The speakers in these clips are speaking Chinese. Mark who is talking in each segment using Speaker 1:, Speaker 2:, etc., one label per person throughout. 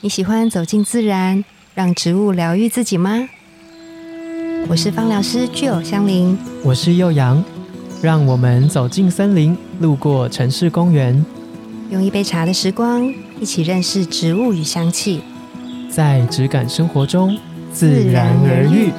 Speaker 1: 你喜欢走进自然，让植物疗愈自己吗？我是芳疗师具有香林，
Speaker 2: 我是幼阳，让我们走进森林，路过城市公园，
Speaker 1: 用一杯茶的时光，一起认识植物与香气。
Speaker 2: 在质感生活中自然而愈。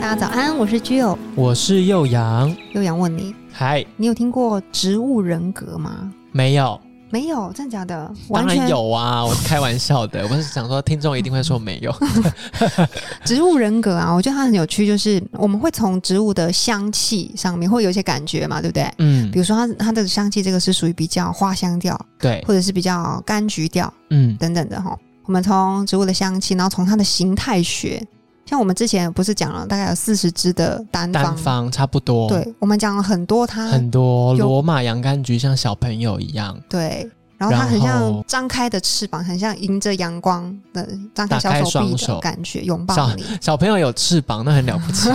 Speaker 1: 大家早安，我是具有。
Speaker 2: 我是幼阳，
Speaker 1: 又想问你，
Speaker 2: 嗨，
Speaker 1: 你有听过植物人格吗？
Speaker 2: 没有，
Speaker 1: 没有，真的假的？
Speaker 2: 当
Speaker 1: 完
Speaker 2: 然
Speaker 1: 全
Speaker 2: 有啊，我是开玩笑的，我是想说听众一定会说没有，
Speaker 1: 植物人格啊，我觉得它很有趣，就是我们会从植物的香气上面会有一些感觉嘛，对不对？
Speaker 2: 嗯
Speaker 1: 比，如说它它的香气，这个是属于比较花香调，
Speaker 2: 对，
Speaker 1: 或者是比较柑橘调
Speaker 2: 嗯，
Speaker 1: 等等的哈。我们从植物的香气，然后从它的形态学，像我们之前不是讲了大概有四十支的单方，
Speaker 2: 单方差不多，，
Speaker 1: 对我们讲了很多它
Speaker 2: 很多
Speaker 1: 有
Speaker 2: 罗马洋甘菊像小朋友一样，
Speaker 1: 对，然后它
Speaker 2: 然
Speaker 1: 很像
Speaker 2: 后
Speaker 1: 张开的翅膀，很像迎着阳光的张开
Speaker 2: 打
Speaker 1: 小手
Speaker 2: 开
Speaker 1: 臂
Speaker 2: 双
Speaker 1: 的
Speaker 2: 手
Speaker 1: 感觉，拥
Speaker 2: 小
Speaker 1: 抱你。
Speaker 2: 小朋友有翅膀那很了 不起，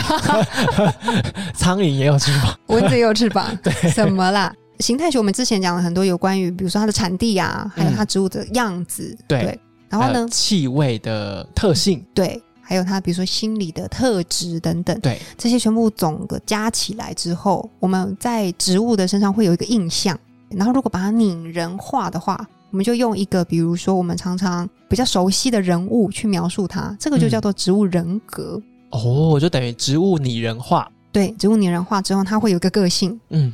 Speaker 2: 苍蝇也有翅膀，
Speaker 1: 蚊子也有翅 膀，什么啦？形态学我们之前讲了很多有关于，比如说它的产地啊，还有它植物的样子，
Speaker 2: 嗯对
Speaker 1: 然后
Speaker 2: 还
Speaker 1: 呢
Speaker 2: 有，气味的特性，
Speaker 1: 对，还有它比如说心理的特质等等，
Speaker 2: 对，
Speaker 1: 这些全部总个加起来之后，我们在植物的身上会有一个印象，然后如果把它拟人化的话。我们就用一个，比如说我们常常比较熟悉的人物去描述它，这个就
Speaker 2: 嗯
Speaker 1: 叫做植物人格。
Speaker 2: 哦，就等于植物拟人化，
Speaker 1: 对，植物拟人化之后，它会有一个个性，
Speaker 2: 嗯，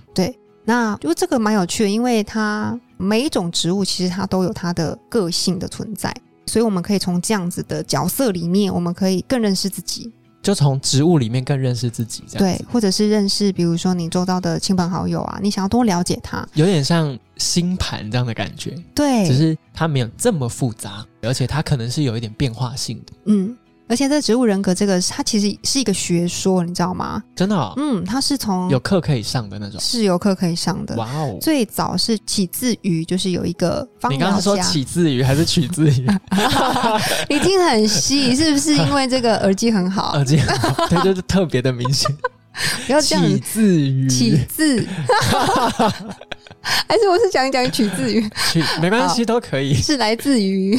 Speaker 1: 那就这个蛮有趣的，因为它每一种植物其实它都有它的个性的存在，所以我们可以从这样子的角色里面，我们可以更认识自己，
Speaker 2: 就从植物里面更认识自己，这样
Speaker 1: 对
Speaker 2: 子，，
Speaker 1: 或者是认识比如说你周遭的亲朋好友啊，你想要多了解他，
Speaker 2: 有点像星盘这样的感觉，只
Speaker 1: 对，
Speaker 2: 是它没有这么复杂，而且它可能是有一点变化性的，
Speaker 1: 嗯。而且这植物人格这个，它其实是一个学说，你知道吗？
Speaker 2: 真的、哦
Speaker 1: 嗯，它是从
Speaker 2: 有课可以上的那种。
Speaker 1: 是游课可以上的，
Speaker 2: 哇哦！
Speaker 1: 最早是起自于就是有一个方
Speaker 2: 你
Speaker 1: 疗
Speaker 2: 刚
Speaker 1: 家，
Speaker 2: 刚是说起自于还是取 自于？
Speaker 1: 你听很 细，是不是因为这个耳机很好？
Speaker 2: 耳机很好，哦对，就是特别的明 显。
Speaker 1: 不要这样
Speaker 2: 起自于
Speaker 1: 取自， 还是我是讲一讲取自于，
Speaker 2: 取没关系，都可以。
Speaker 1: 是来自 于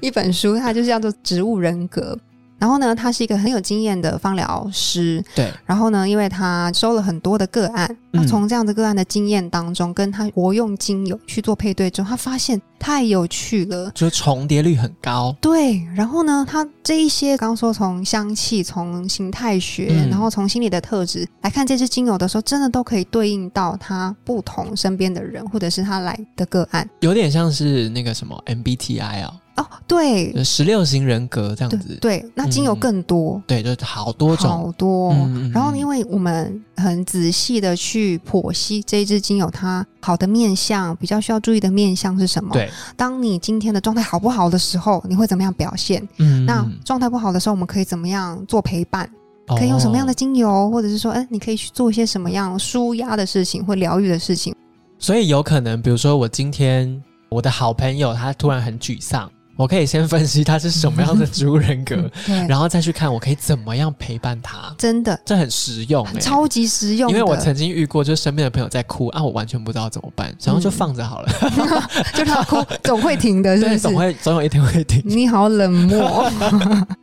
Speaker 1: 一本书，它就是叫做《植物人格》。然后呢，他是一个很有经验的芳疗师。
Speaker 2: 对，
Speaker 1: 然后呢，因为他收了很多的个案，
Speaker 2: 嗯
Speaker 1: 他从这样的个案的经验当中，跟他活用精油去做配对之后，他发现太有趣了。
Speaker 2: 就重叠率很高。
Speaker 1: 对，然后呢，他这一些刚刚说从香气、从形态学，
Speaker 2: 嗯
Speaker 1: 然后从心理的特质来看这支精油的时候，真的都可以对应到他不同身边的人，或者是他来的个案。
Speaker 2: 有点像是那个什么 MBTI 哦，
Speaker 1: 哦，对
Speaker 2: 十六型人格这样
Speaker 1: 对
Speaker 2: 子。嗯
Speaker 1: 对，那精油更多。
Speaker 2: 对，就是好多种。
Speaker 1: 好多，哦
Speaker 2: 嗯嗯
Speaker 1: 然后
Speaker 2: 嗯
Speaker 1: 因为我们很仔细的去剖析这一支精油它好的面相，比较需要注意的面相是什么？，
Speaker 2: 对，
Speaker 1: 当你今天的状态好不好的时候，你会怎么样表现？
Speaker 2: 嗯
Speaker 1: 那状态不好的时候，我们可以怎么样做陪伴？可以用什么样的
Speaker 2: 哦
Speaker 1: 精油，或者是说，哎、你可以去做一些什么样舒压的事情或疗愈的事情。
Speaker 2: 所以有可能，比如说我今天我的好朋友他突然很沮丧，我可以先分析他是什么样的植物 人格，
Speaker 1: 对，
Speaker 2: 然后再去看我可以怎么样陪伴他，
Speaker 1: 嗯真的
Speaker 2: 这很实用、欸，
Speaker 1: 超级实用的，
Speaker 2: 因为我曾经遇过，就是身边的朋友在哭啊，我完全不知道怎么
Speaker 1: 嗯
Speaker 2: 办，然后就放 着好了。
Speaker 1: 就让他哭，总会停的，是不
Speaker 2: 对，
Speaker 1: 是？嗯
Speaker 2: 总会总有一天会停。
Speaker 1: 你好冷漠。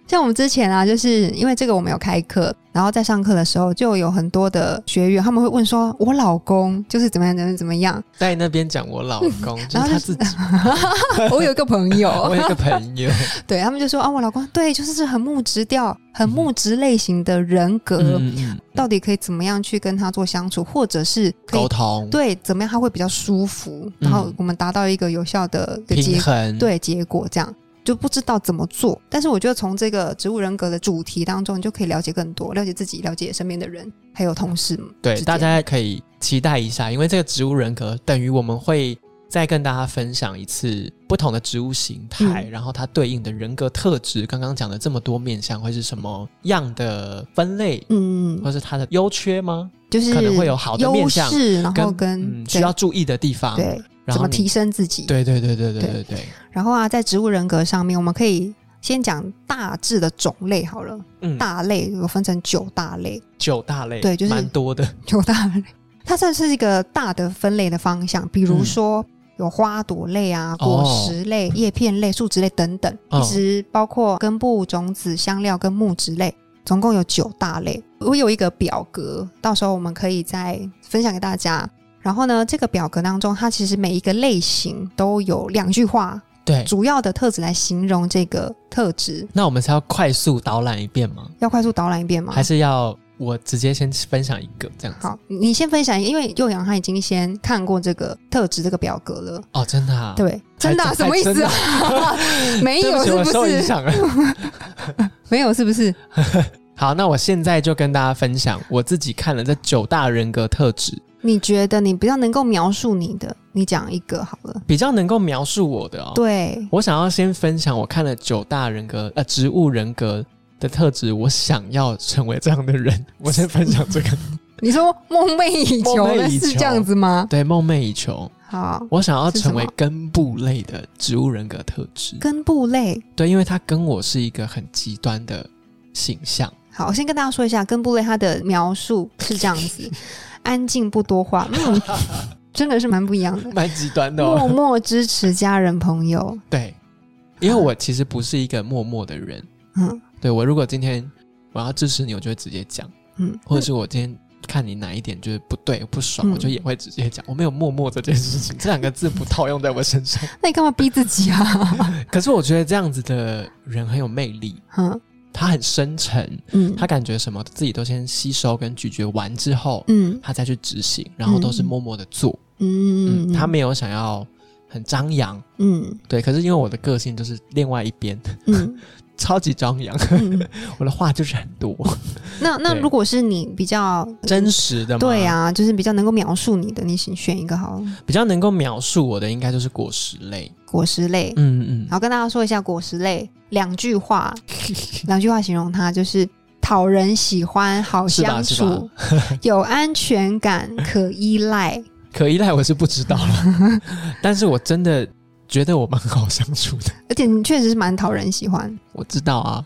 Speaker 1: 像我们之前啊，就是因为这个我们有开课，然后在上课的时候就有很多的学员，他们会问说：“我老公就是怎么样，怎么样怎么样
Speaker 2: 在那边讲我老公，就 是
Speaker 1: 然后
Speaker 2: 他
Speaker 1: 就
Speaker 2: 自己，？”
Speaker 1: 我有一个朋
Speaker 2: 我
Speaker 1: 友，
Speaker 2: 有一个朋 友，
Speaker 1: 对他们就说：“啊，我老公对，就是很木质调、很木质类型的人格，
Speaker 2: 嗯嗯嗯，
Speaker 1: 到底可以怎么样去跟他做相处，或者是可
Speaker 2: 沟
Speaker 1: 以
Speaker 2: 通，
Speaker 1: 对怎么样他会比较舒服，然后我们达到一个有效的一个结
Speaker 2: 平衡，，
Speaker 1: 对结果这样。就不知道怎么做，但是我觉得从这个植物人格的主题当中，你就可以了解更多，了解自己，了解身边的人，还有同事们。
Speaker 2: 对，
Speaker 1: 之间
Speaker 2: 大家可以期待一下，因为这个植物人格等于我们会再跟大家分享一次不同的植物形态，
Speaker 1: 嗯
Speaker 2: 然后它对应的人格特质。刚刚讲的这么多面相，会是什么样的分类，
Speaker 1: 嗯，
Speaker 2: 或是它的优缺吗？
Speaker 1: 就是
Speaker 2: 可能会有好的面
Speaker 1: 优
Speaker 2: 向
Speaker 1: 势，然后跟
Speaker 2: 嗯需要注意的地方，
Speaker 1: 对对
Speaker 2: 然
Speaker 1: 怎
Speaker 2: 后
Speaker 1: 么
Speaker 2: 你
Speaker 1: 提升自己。
Speaker 2: 对对对对对
Speaker 1: 对
Speaker 2: 对对，
Speaker 1: 然后啊，在植物人格上面，我们可以先讲大致的种类好了，
Speaker 2: 嗯，
Speaker 1: 大类有分成九大类，
Speaker 2: 九大类，
Speaker 1: 对就是
Speaker 2: 蛮多的，
Speaker 1: 九大类，它算是一个大的分类的方向。比如说，有花朵类啊、果实类、叶片类、树脂类等等，
Speaker 2: 嗯
Speaker 1: 一直包括根部、种子、香料跟木质类，总共有九大类。我有一个表格，到时候我们可以再分享给大家。然后呢，这个表格当中，它其实每一个类型都有两句话
Speaker 2: 对。
Speaker 1: 主要的特质来形容这个特质。
Speaker 2: 那我们是要快速导览一遍吗？
Speaker 1: 要快速导览一遍吗？
Speaker 2: 还是要我直接先分享一个这样子？
Speaker 1: 好，你先分享，因为幼阳他已经先看过这个特质这个表格了，
Speaker 2: 哦，真的啊？，
Speaker 1: 对，真的啊、
Speaker 2: 还
Speaker 1: 什么意思啊？ 没
Speaker 2: 对
Speaker 1: 有
Speaker 2: 不起，
Speaker 1: 是
Speaker 2: 我
Speaker 1: 不
Speaker 2: 受影
Speaker 1: 是？
Speaker 2: 响了。
Speaker 1: 没有是不是？
Speaker 2: 好，那我现在就跟大家分享我自己看了这九大人格特质，
Speaker 1: 你觉得你比较能够描述你的，你讲一个好了。
Speaker 2: 比较能够描述我的哦。，
Speaker 1: 对，
Speaker 2: 我想要先分享我看了九大人格呃植物人格的特质，我想要成为这样的 人。我先分享这个，
Speaker 1: 你说梦寐以求
Speaker 2: 梦寐
Speaker 1: 的
Speaker 2: 以
Speaker 1: 是
Speaker 2: 求
Speaker 1: 这样子吗？
Speaker 2: 对，梦寐以求，
Speaker 1: 好，
Speaker 2: 我想要成为
Speaker 1: 是什么
Speaker 2: 根部类的植物人格特质。
Speaker 1: 根部类。
Speaker 2: 对，因为它跟我是一个很极端的形象。
Speaker 1: 好，我先跟大家说一下根部类它的描述是这样子：安静不多话，嗯， 真的是蛮不一样的。
Speaker 2: 蛮极端的
Speaker 1: 默
Speaker 2: 哦。
Speaker 1: 默支持家人朋友，
Speaker 2: 对，因为我其实不是一个默默的人。
Speaker 1: 嗯
Speaker 2: 对我，如果今天我要支持你，我就会直接讲；
Speaker 1: 嗯，
Speaker 2: 或者是我今天看你哪一点就是不对、不
Speaker 1: 嗯
Speaker 2: 爽，我就也会直接讲。我没有默默这件事 情，这两个字不套用在我身上。
Speaker 1: 那你干嘛逼自己啊？
Speaker 2: 可是我觉得这样子的人很有魅力，
Speaker 1: 嗯
Speaker 2: 他很深沉，
Speaker 1: 嗯，
Speaker 2: 他感觉什么自己都先吸收跟咀嚼完之后，
Speaker 1: 嗯
Speaker 2: 他再去执行，然后都是
Speaker 1: 嗯
Speaker 2: 默默的做。
Speaker 1: 嗯
Speaker 2: 嗯，
Speaker 1: 嗯，
Speaker 2: 他没有想要很张扬。
Speaker 1: 嗯
Speaker 2: 对，可是因为我的个性就是另外一边，
Speaker 1: 嗯
Speaker 2: 超级张扬，
Speaker 1: 嗯。
Speaker 2: 我的话就是很多，
Speaker 1: 那那
Speaker 2: 对
Speaker 1: 如果是你比较
Speaker 2: 真实的嘛。
Speaker 1: 对、啊，就是比较能够描述你的，你选选一个好了，
Speaker 2: 比较能够描述我的应该就是果实类。
Speaker 1: 果实类。
Speaker 2: 嗯
Speaker 1: 然后跟大家说一下果实类，两句话， 两句话形容它就是讨人喜欢、好
Speaker 2: 是吧
Speaker 1: 相处、有安全感、可依赖。
Speaker 2: 可依赖我是不知道了， 但是我真的觉得我蛮好相处的。
Speaker 1: 而且你确实是蛮讨人喜欢。
Speaker 2: 我知道啊，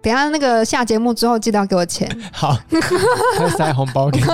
Speaker 1: 等一下那个下节目之后，记得要给我钱。
Speaker 2: 好，会塞红包给 你。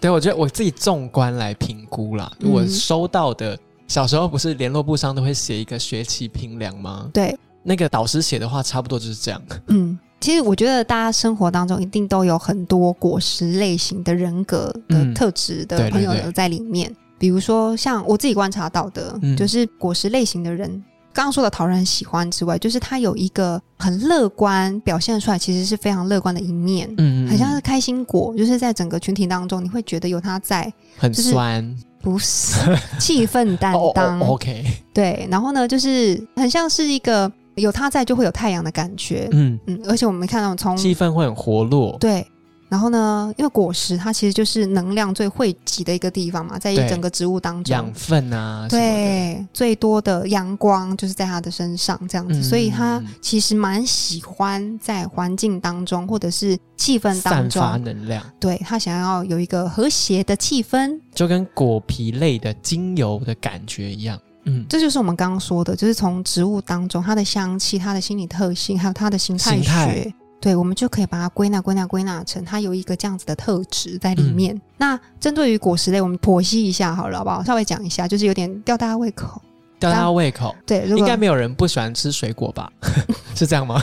Speaker 2: 对，我觉得我自己纵观来评估啦，
Speaker 1: 嗯
Speaker 2: 我收到的小时候不是联络簿上都会写一个学期评量吗？
Speaker 1: 对，
Speaker 2: 那个导师写的话差不多就是这样。
Speaker 1: 嗯，其实我觉得大家生活当中一定都有很多果实类型的人格的
Speaker 2: 嗯
Speaker 1: 特质
Speaker 2: 对
Speaker 1: 的
Speaker 2: 对
Speaker 1: 朋友
Speaker 2: 对
Speaker 1: 有在里面。比如说，像我自己观察到的，
Speaker 2: 嗯
Speaker 1: 就是果实类型的人，刚刚说的讨人喜欢之外，就是他有一个很乐观，表现出来其实是非常乐观的一面，
Speaker 2: 嗯，
Speaker 1: 很像是开心果，就是在整个群体当中，你会觉得有他在，
Speaker 2: 很
Speaker 1: 就是
Speaker 2: 酸。
Speaker 1: 不 是气氛担
Speaker 2: 哦
Speaker 1: 当，
Speaker 2: 哦，OK，
Speaker 1: 对，然后呢，就是很像是一个有他在就会有太阳的感觉，
Speaker 2: 嗯，
Speaker 1: 嗯，而且我们看到从
Speaker 2: 气氛会很活络。
Speaker 1: 对，然后呢，因为果实它其实就是能量最汇集的一个地方嘛，在一
Speaker 2: 对
Speaker 1: 整个植物当中
Speaker 2: 养，分啊，什么的，
Speaker 1: 对，最多的阳光就是在它的身上这样子，
Speaker 2: 嗯
Speaker 1: 所以它其实蛮喜欢在环境当中或者是气氛当
Speaker 2: 散发
Speaker 1: 中，
Speaker 2: 能量，
Speaker 1: 对它想要有一个和谐的气氛，
Speaker 2: 就跟果皮类的精油的感觉一样。嗯，
Speaker 1: 这就是我们刚刚说的，就是从植物当中它的香气、它的心理特性，还有它的形态
Speaker 2: 形态
Speaker 1: 学，对，我们就可以把它归纳、归纳、归纳成它有一个这样子的特质在里
Speaker 2: 嗯
Speaker 1: 面。那针对于果实类，我们剖析一下好了，好不好？稍微讲一下，就是有点吊大家胃口。
Speaker 2: 吊大家
Speaker 1: 当
Speaker 2: 胃口。
Speaker 1: 对，如
Speaker 2: 应
Speaker 1: 果
Speaker 2: 该没有人不喜欢吃水果吧？ 是这 样吗？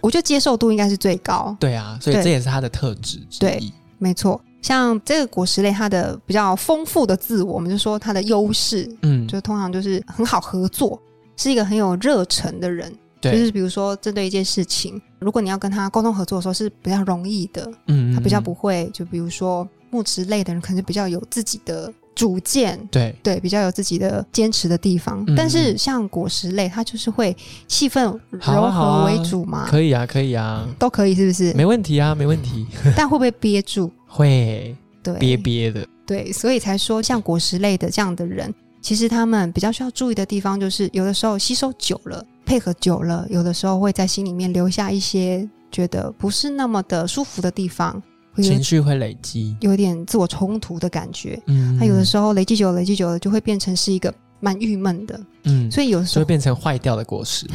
Speaker 1: 我觉得接受度应该是最高，
Speaker 2: 对啊，所以
Speaker 1: 对
Speaker 2: 这也是它的特质之
Speaker 1: 对
Speaker 2: 一。
Speaker 1: 没错。像这个果实类，它的比较丰富的自我，我们就说它的优势，
Speaker 2: 嗯，
Speaker 1: 就通常就是很好合作，是一个很有热忱的人。就
Speaker 2: 对，
Speaker 1: 是比如说针对一件事情，如果你要跟他沟通合作的时候是比较容易的，
Speaker 2: 嗯
Speaker 1: 他比较
Speaker 2: 嗯
Speaker 1: 不会，就比如说木质类的人，可能比较有自己的主见。
Speaker 2: 对，
Speaker 1: 对，比较有自己的坚持的地方，
Speaker 2: 嗯
Speaker 1: 但是像果实类，它就是会气氛
Speaker 2: 好啊
Speaker 1: 柔
Speaker 2: 好
Speaker 1: 和
Speaker 2: 啊
Speaker 1: 为主嘛，
Speaker 2: 可以啊，可以啊，
Speaker 1: 都可以是不嗯是？
Speaker 2: 没问题啊，没问题。
Speaker 1: 但会不会憋住？
Speaker 2: 会
Speaker 1: 对，
Speaker 2: 憋憋的，
Speaker 1: 对，所以才说像果实类的这样的人，其实他们比较需要注意的地方，就是有的时候吸收久了，配合久了，有的时候会在心里面留下一些觉得不是那么的舒服的地方，会有
Speaker 2: 情绪会累积。
Speaker 1: 有点自我冲突的感觉。
Speaker 2: 嗯
Speaker 1: 他有的时候累积久了，累积久了就会变成是一个蛮郁闷的，
Speaker 2: 嗯，
Speaker 1: 所以有的时
Speaker 2: 就会
Speaker 1: 候嗯
Speaker 2: 变成坏掉的果实。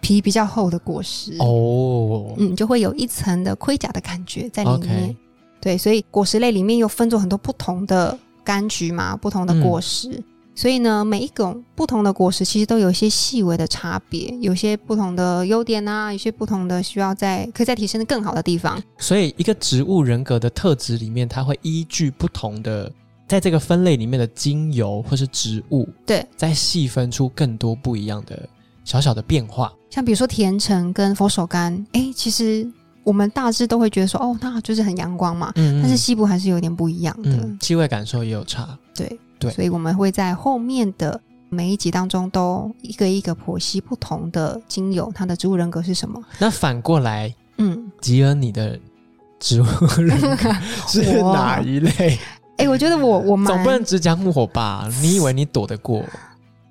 Speaker 1: 皮比较厚的果实，
Speaker 2: 哦，
Speaker 1: 嗯，就会有一层的盔甲的感觉在里面。
Speaker 2: OK
Speaker 1: 对，所以果实类里面又分作很多不同的柑橘嘛，不同
Speaker 2: 嗯
Speaker 1: 的果实。所以呢，每一种不同的果实其实都有一些细微的差别，有些不同的优点啊，有些不同的需要在可以再提升的更好的地方。
Speaker 2: 所以，一个植物人格的特质里面，它会依据不同的在这个分类里面的精油或是植物，
Speaker 1: 对，
Speaker 2: 再细分出更多不一样的小小的变化。
Speaker 1: 像比如说甜橙跟佛手柑，哎，其实我们大致都会觉得说，哦，那就是很阳光嘛。
Speaker 2: 嗯
Speaker 1: 但是西部还是有点不一样的，
Speaker 2: 嗯，气味感受也有差。
Speaker 1: 对
Speaker 2: 对
Speaker 1: 所以我们会在后面的每一集当中都一个一个剖析不同的精油，它的植物人格是什么。
Speaker 2: 那反过来，
Speaker 1: 嗯，
Speaker 2: 吉恩，你的植物人 格是
Speaker 1: 我
Speaker 2: 哪一类？
Speaker 1: 哎，我觉得我我蛮
Speaker 2: 嗯总不能只讲我吧？你以为你躲得过？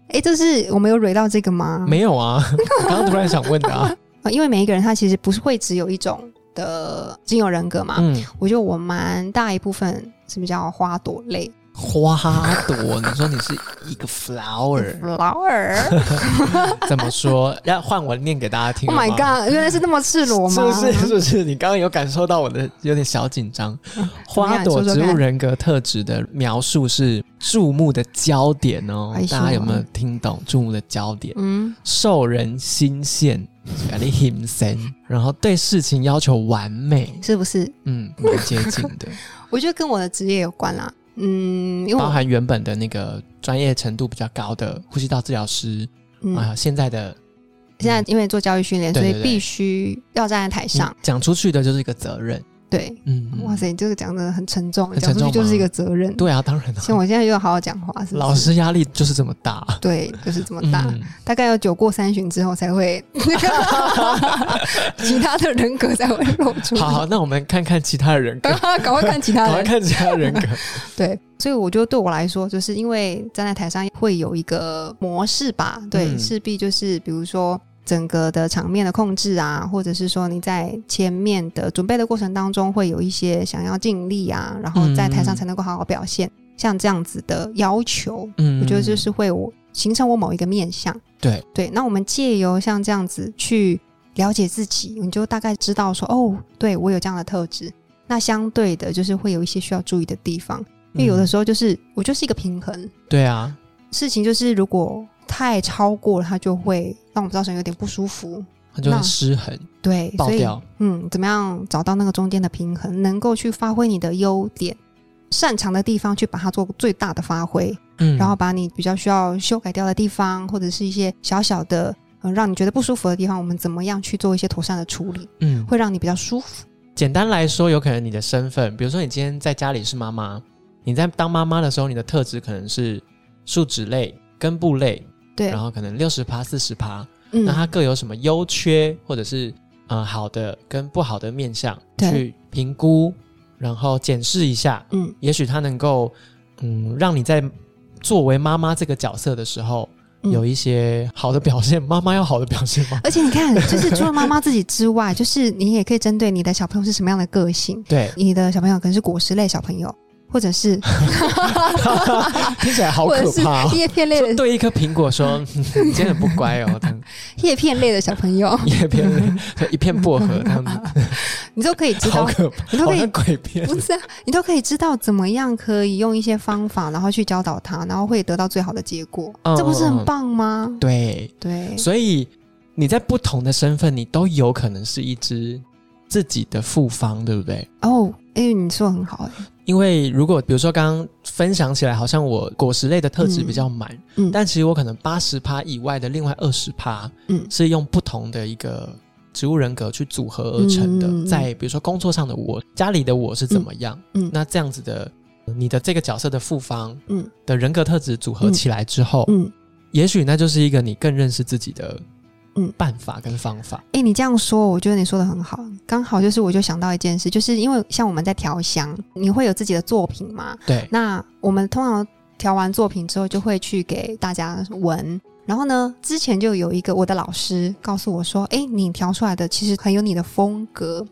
Speaker 1: 哎，这是我们有蕊到这个吗？
Speaker 2: 没有啊，我刚刚突然想问 的啊。
Speaker 1: 啊，因为每一个人他其实不是会只有一种的精油人格嘛。
Speaker 2: 嗯，
Speaker 1: 我觉得我蛮大一部分什么叫花朵类
Speaker 2: 花朵，你说你是一个 flower，
Speaker 1: flower。
Speaker 2: 怎么说？要换我念给大家听
Speaker 1: Oh
Speaker 2: 了吗。
Speaker 1: my god，原来是那么赤裸
Speaker 2: 是
Speaker 1: 吗？
Speaker 2: 不是？是不是？你刚刚有感受到我的有点小紧张。 花朵
Speaker 1: 你说说
Speaker 2: 植
Speaker 1: 看
Speaker 2: 物人格特质的描述是注目的焦点哦
Speaker 1: 哎，呦
Speaker 2: 大家有没有听懂？注目的焦点，
Speaker 1: 嗯，
Speaker 2: 受人心羡，感力心神，然后对事情要求完美，
Speaker 1: 是不是？
Speaker 2: 嗯，蛮接近 的，
Speaker 1: 我觉得跟我的职业有关啦。嗯，因为
Speaker 2: 包
Speaker 1: 我
Speaker 2: 含原本的那个专业程度比较高的呼吸道治疗师
Speaker 1: 嗯
Speaker 2: 啊，现在的嗯
Speaker 1: 现在因为做教育训练，
Speaker 2: 对
Speaker 1: 所
Speaker 2: 对
Speaker 1: 以必须要站在台上
Speaker 2: 嗯。讲出去的就是一个责任，
Speaker 1: 对，
Speaker 2: 嗯，
Speaker 1: 哇塞，你这个讲的很沉重，
Speaker 2: 很
Speaker 1: 讲
Speaker 2: 沉
Speaker 1: 出
Speaker 2: 重
Speaker 1: 去就是
Speaker 2: 吗
Speaker 1: 一个责任。，
Speaker 2: 对啊，当然了，
Speaker 1: 像我现在又要好好讲话，是不是
Speaker 2: 老师压力就是这么大，
Speaker 1: 对，就是这么大。
Speaker 2: 嗯
Speaker 1: 大概要酒过三巡之后才会， 其他的人格才会露出。
Speaker 2: 好好，那我们看看其他的人格，
Speaker 1: 赶快看其他
Speaker 2: 赶快
Speaker 1: 人。
Speaker 2: 看其他人格。
Speaker 1: 对，所以我觉得对我来说，就是因为站在台上会有一个模式吧，对，
Speaker 2: 嗯
Speaker 1: 势必就是比如说。整个的场面的控制啊，或者是说你在前面的准备的过程当中，会有一些想要尽力啊，然后在台上才能够好好表现，像这样子的要求，
Speaker 2: 嗯
Speaker 1: 我觉得就是会我形成我某一个面相。
Speaker 2: 对
Speaker 1: 对，那我们借由像这样子去了解自己，你就大概知道说，哦，对我有这样的特质。那相对的，就是会有一些需要注意的地方，因为有的时候就是、我就是一个平衡
Speaker 2: 候，嗯对啊，
Speaker 1: 事情，就是如果太超过了，它就会让我们造成有点不舒服。
Speaker 2: 他就会
Speaker 1: 那
Speaker 2: 失衡
Speaker 1: 对，
Speaker 2: 爆
Speaker 1: 所以
Speaker 2: 掉。
Speaker 1: 嗯，怎么样找到那个中间的平衡，能够去发挥你的优点、擅长的地方，去把它做最大的发挥。
Speaker 2: 嗯
Speaker 1: 然后把你比较需要修改掉的地方，或者是一些小小的嗯让你觉得不舒服的地方，我们怎么样去做一些妥善的处理，
Speaker 2: 嗯，
Speaker 1: 会让你比较舒服。
Speaker 2: 简单来说，有可能你的身份，比如说你今天在家里是妈妈，你在当妈妈的时候，你的特质可能是树脂类、根部类，
Speaker 1: 对
Speaker 2: 然，后可能六十趴、四十趴，
Speaker 1: 嗯
Speaker 2: 那它各有什么优缺，或者是呃好的跟不好的面相
Speaker 1: 对
Speaker 2: 去评估，然后检视一下，
Speaker 1: 嗯，
Speaker 2: 也许它能够嗯让你在作为妈妈这个角色的时候。
Speaker 1: 嗯
Speaker 2: 有一些好的表现， 妈妈要好的表现 吗？
Speaker 1: 而且你看，就是除了妈妈自己之外，就是你也可以针对你的小朋友是什么样的个性，，
Speaker 2: 对
Speaker 1: 你的小朋友可能是果实类小朋友，或者是
Speaker 2: 听起来好
Speaker 1: 或者
Speaker 2: 可
Speaker 1: 是
Speaker 2: 怕、哦。
Speaker 1: 叶片类
Speaker 2: 就
Speaker 1: 的
Speaker 2: 对一颗苹果说：“ 你今天很不乖哦。”这 样
Speaker 1: 叶片类的小朋友，
Speaker 2: 叶片，就一片薄荷，这样子，
Speaker 1: 你都可以 知道，
Speaker 2: 好可怕，
Speaker 1: 你都
Speaker 2: 好
Speaker 1: 可以
Speaker 2: 像鬼片。
Speaker 1: 不是啊，你都可以知道怎么样可以用一些方法，然后去教导他，然后会得到最好的结果，
Speaker 2: 嗯
Speaker 1: 这不是
Speaker 2: 嗯
Speaker 1: 很
Speaker 2: 嗯
Speaker 1: 棒吗？
Speaker 2: 对，
Speaker 1: 对，
Speaker 2: 所以你在不同的身份，你都有可能是一只自己的复方，对不对？
Speaker 1: 哦，哎、你说得很好、哎，
Speaker 2: 因为如果比如说刚刚分享起来，好像我果实类的特质
Speaker 1: 嗯
Speaker 2: 比较满，
Speaker 1: 嗯
Speaker 2: 但其实我可能八十趴以外的另外二十趴，
Speaker 1: 嗯
Speaker 2: 是用不同的一个植物人格去组合而成的。
Speaker 1: 嗯嗯嗯
Speaker 2: 在比如说工作上的我，家里的我是怎么样？
Speaker 1: 嗯嗯
Speaker 2: 那这样子的你的这个角色的复方，
Speaker 1: 嗯
Speaker 2: 的人格特质组合起来之后，
Speaker 1: 嗯，
Speaker 2: 也许那就是一个你更认识自己的
Speaker 1: 嗯
Speaker 2: 办法跟方法。
Speaker 1: 哎、你这样说，我觉得你说的很好，刚好就是我就想到一件事，就是因为像我们在调香，你会有自己的作品嘛？
Speaker 2: 对，
Speaker 1: 那我们通常调完作品之后，就会去给大家闻。然后呢，之前就有一个我的老师告诉我说，哎，你调出来的其实很有你的风格，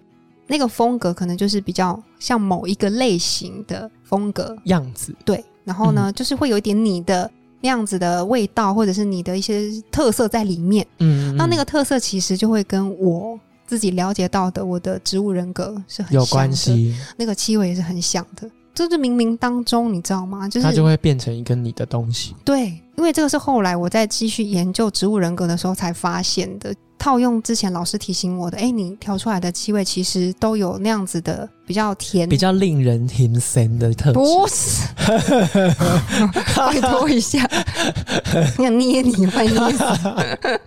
Speaker 1: 那个风格可能就是比较像某一个类型的风格，
Speaker 2: 样子，
Speaker 1: 对，然后
Speaker 2: 嗯
Speaker 1: 呢，就是会有一点你的那样子的味道，或者是你的一些特色在里面。
Speaker 2: 嗯，
Speaker 1: 那那
Speaker 2: 个
Speaker 1: 个特色其实就会跟我自己了解到的我的植物人格是很
Speaker 2: 有
Speaker 1: 像
Speaker 2: 关
Speaker 1: 的，
Speaker 2: 系，
Speaker 1: 那个气味也是很像的。这是冥冥当中，你知道吗？就是
Speaker 2: 它就会变成一个你的东西。
Speaker 1: 对，因为这个是后来我在继续研究植物人格的时候才发现的。套用之前老师提醒我的，哎，你调出来的气味其实都有那样子的比较甜，
Speaker 2: 比较令人心神的特质，
Speaker 1: 嗯不是，拜托一下，要捏你会 捏死，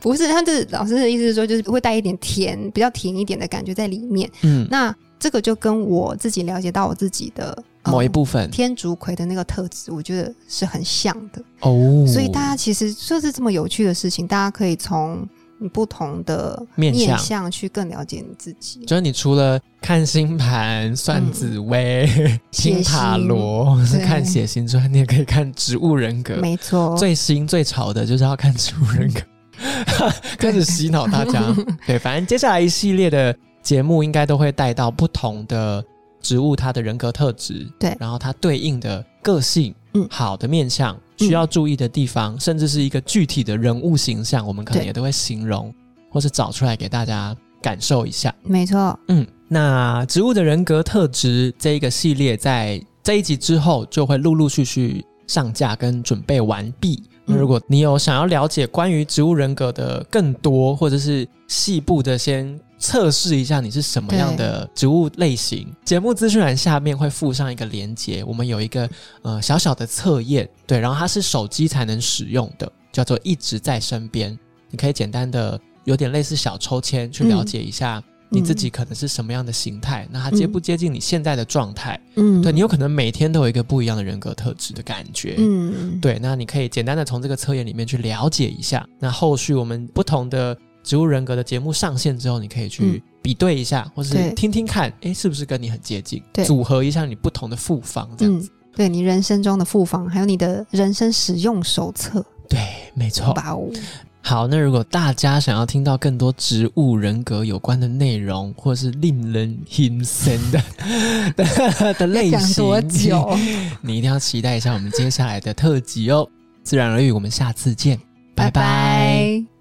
Speaker 1: 不是，他就是老师的意思是说，就是会带一点甜，比较甜一点的感觉在里面。
Speaker 2: 嗯，
Speaker 1: 那这个就跟我自己了解到我自己的、呃
Speaker 2: 某一部分
Speaker 1: 天竺葵的那个特质，我觉得是很像的。
Speaker 2: 哦，
Speaker 1: 所以大家其实就是这么有趣的事情，大家可以从你不同的
Speaker 2: 面向
Speaker 1: 面向去更了解你自己。
Speaker 2: 就是你除了看星盘、
Speaker 1: 嗯
Speaker 2: 算紫薇、
Speaker 1: 血
Speaker 2: 星
Speaker 1: 型
Speaker 2: 塔罗、是
Speaker 1: 对
Speaker 2: 看血型之外，你也可以看植物人格。
Speaker 1: 没错，
Speaker 2: 最新最潮的就是要看植物人 格，开始洗脑大家。对，反正接下来一系列的节目应该都会带到不同的植物它的人格特质，
Speaker 1: 对
Speaker 2: 然后它对应的个性，
Speaker 1: 嗯
Speaker 2: 好的面相，需要注意的地方，甚至是一个具体的人物形象，我们可能
Speaker 1: 对
Speaker 2: 也都会形容或是找出来给大家感受一下。
Speaker 1: 没错，
Speaker 2: 嗯，那植物的人格特质这一个系列，在这一集之后就会陆陆续续上架跟准备完毕。那
Speaker 1: 嗯
Speaker 2: 如果你有想要了解关于植物人格的更多，或者是细部的，先测试一下你是什么样的植物类型。嗯节目资讯栏下面会附上一个连接，我们有一个呃小小的测验，对，然后它是手机才能使用的，叫做一直在身边。你可以简单的有点类似小抽签去嗯了解一下
Speaker 1: 嗯
Speaker 2: 你自己可能是什么样的形态，那它接不接近你现在的状态？
Speaker 1: 嗯，
Speaker 2: 对你有可能每天都有一个不一样的人格特质的感觉。
Speaker 1: 嗯，
Speaker 2: 对，那你可以简单的从这个测验里面去了解一下。那后续我们不同的植物人格的节目上线之后，你可以去
Speaker 1: 嗯
Speaker 2: 比对一下，或是
Speaker 1: 对
Speaker 2: 听听看，诶，是不是跟你很接近？
Speaker 1: 对
Speaker 2: 组合一下你不同的复方，这样子。
Speaker 1: 嗯对你人生中的复方，还有你的人生使用手册，
Speaker 2: 对，没错。
Speaker 1: 哇哦，
Speaker 2: 好，那如果大家想要听到更多植物人格有关的内容，或是令人 心神的的 的类
Speaker 1: 要讲
Speaker 2: 型，
Speaker 1: 多久？
Speaker 2: 你一定要期 待一下我们接下来的特辑哦。自然而语，我们下次见，拜拜。
Speaker 1: 拜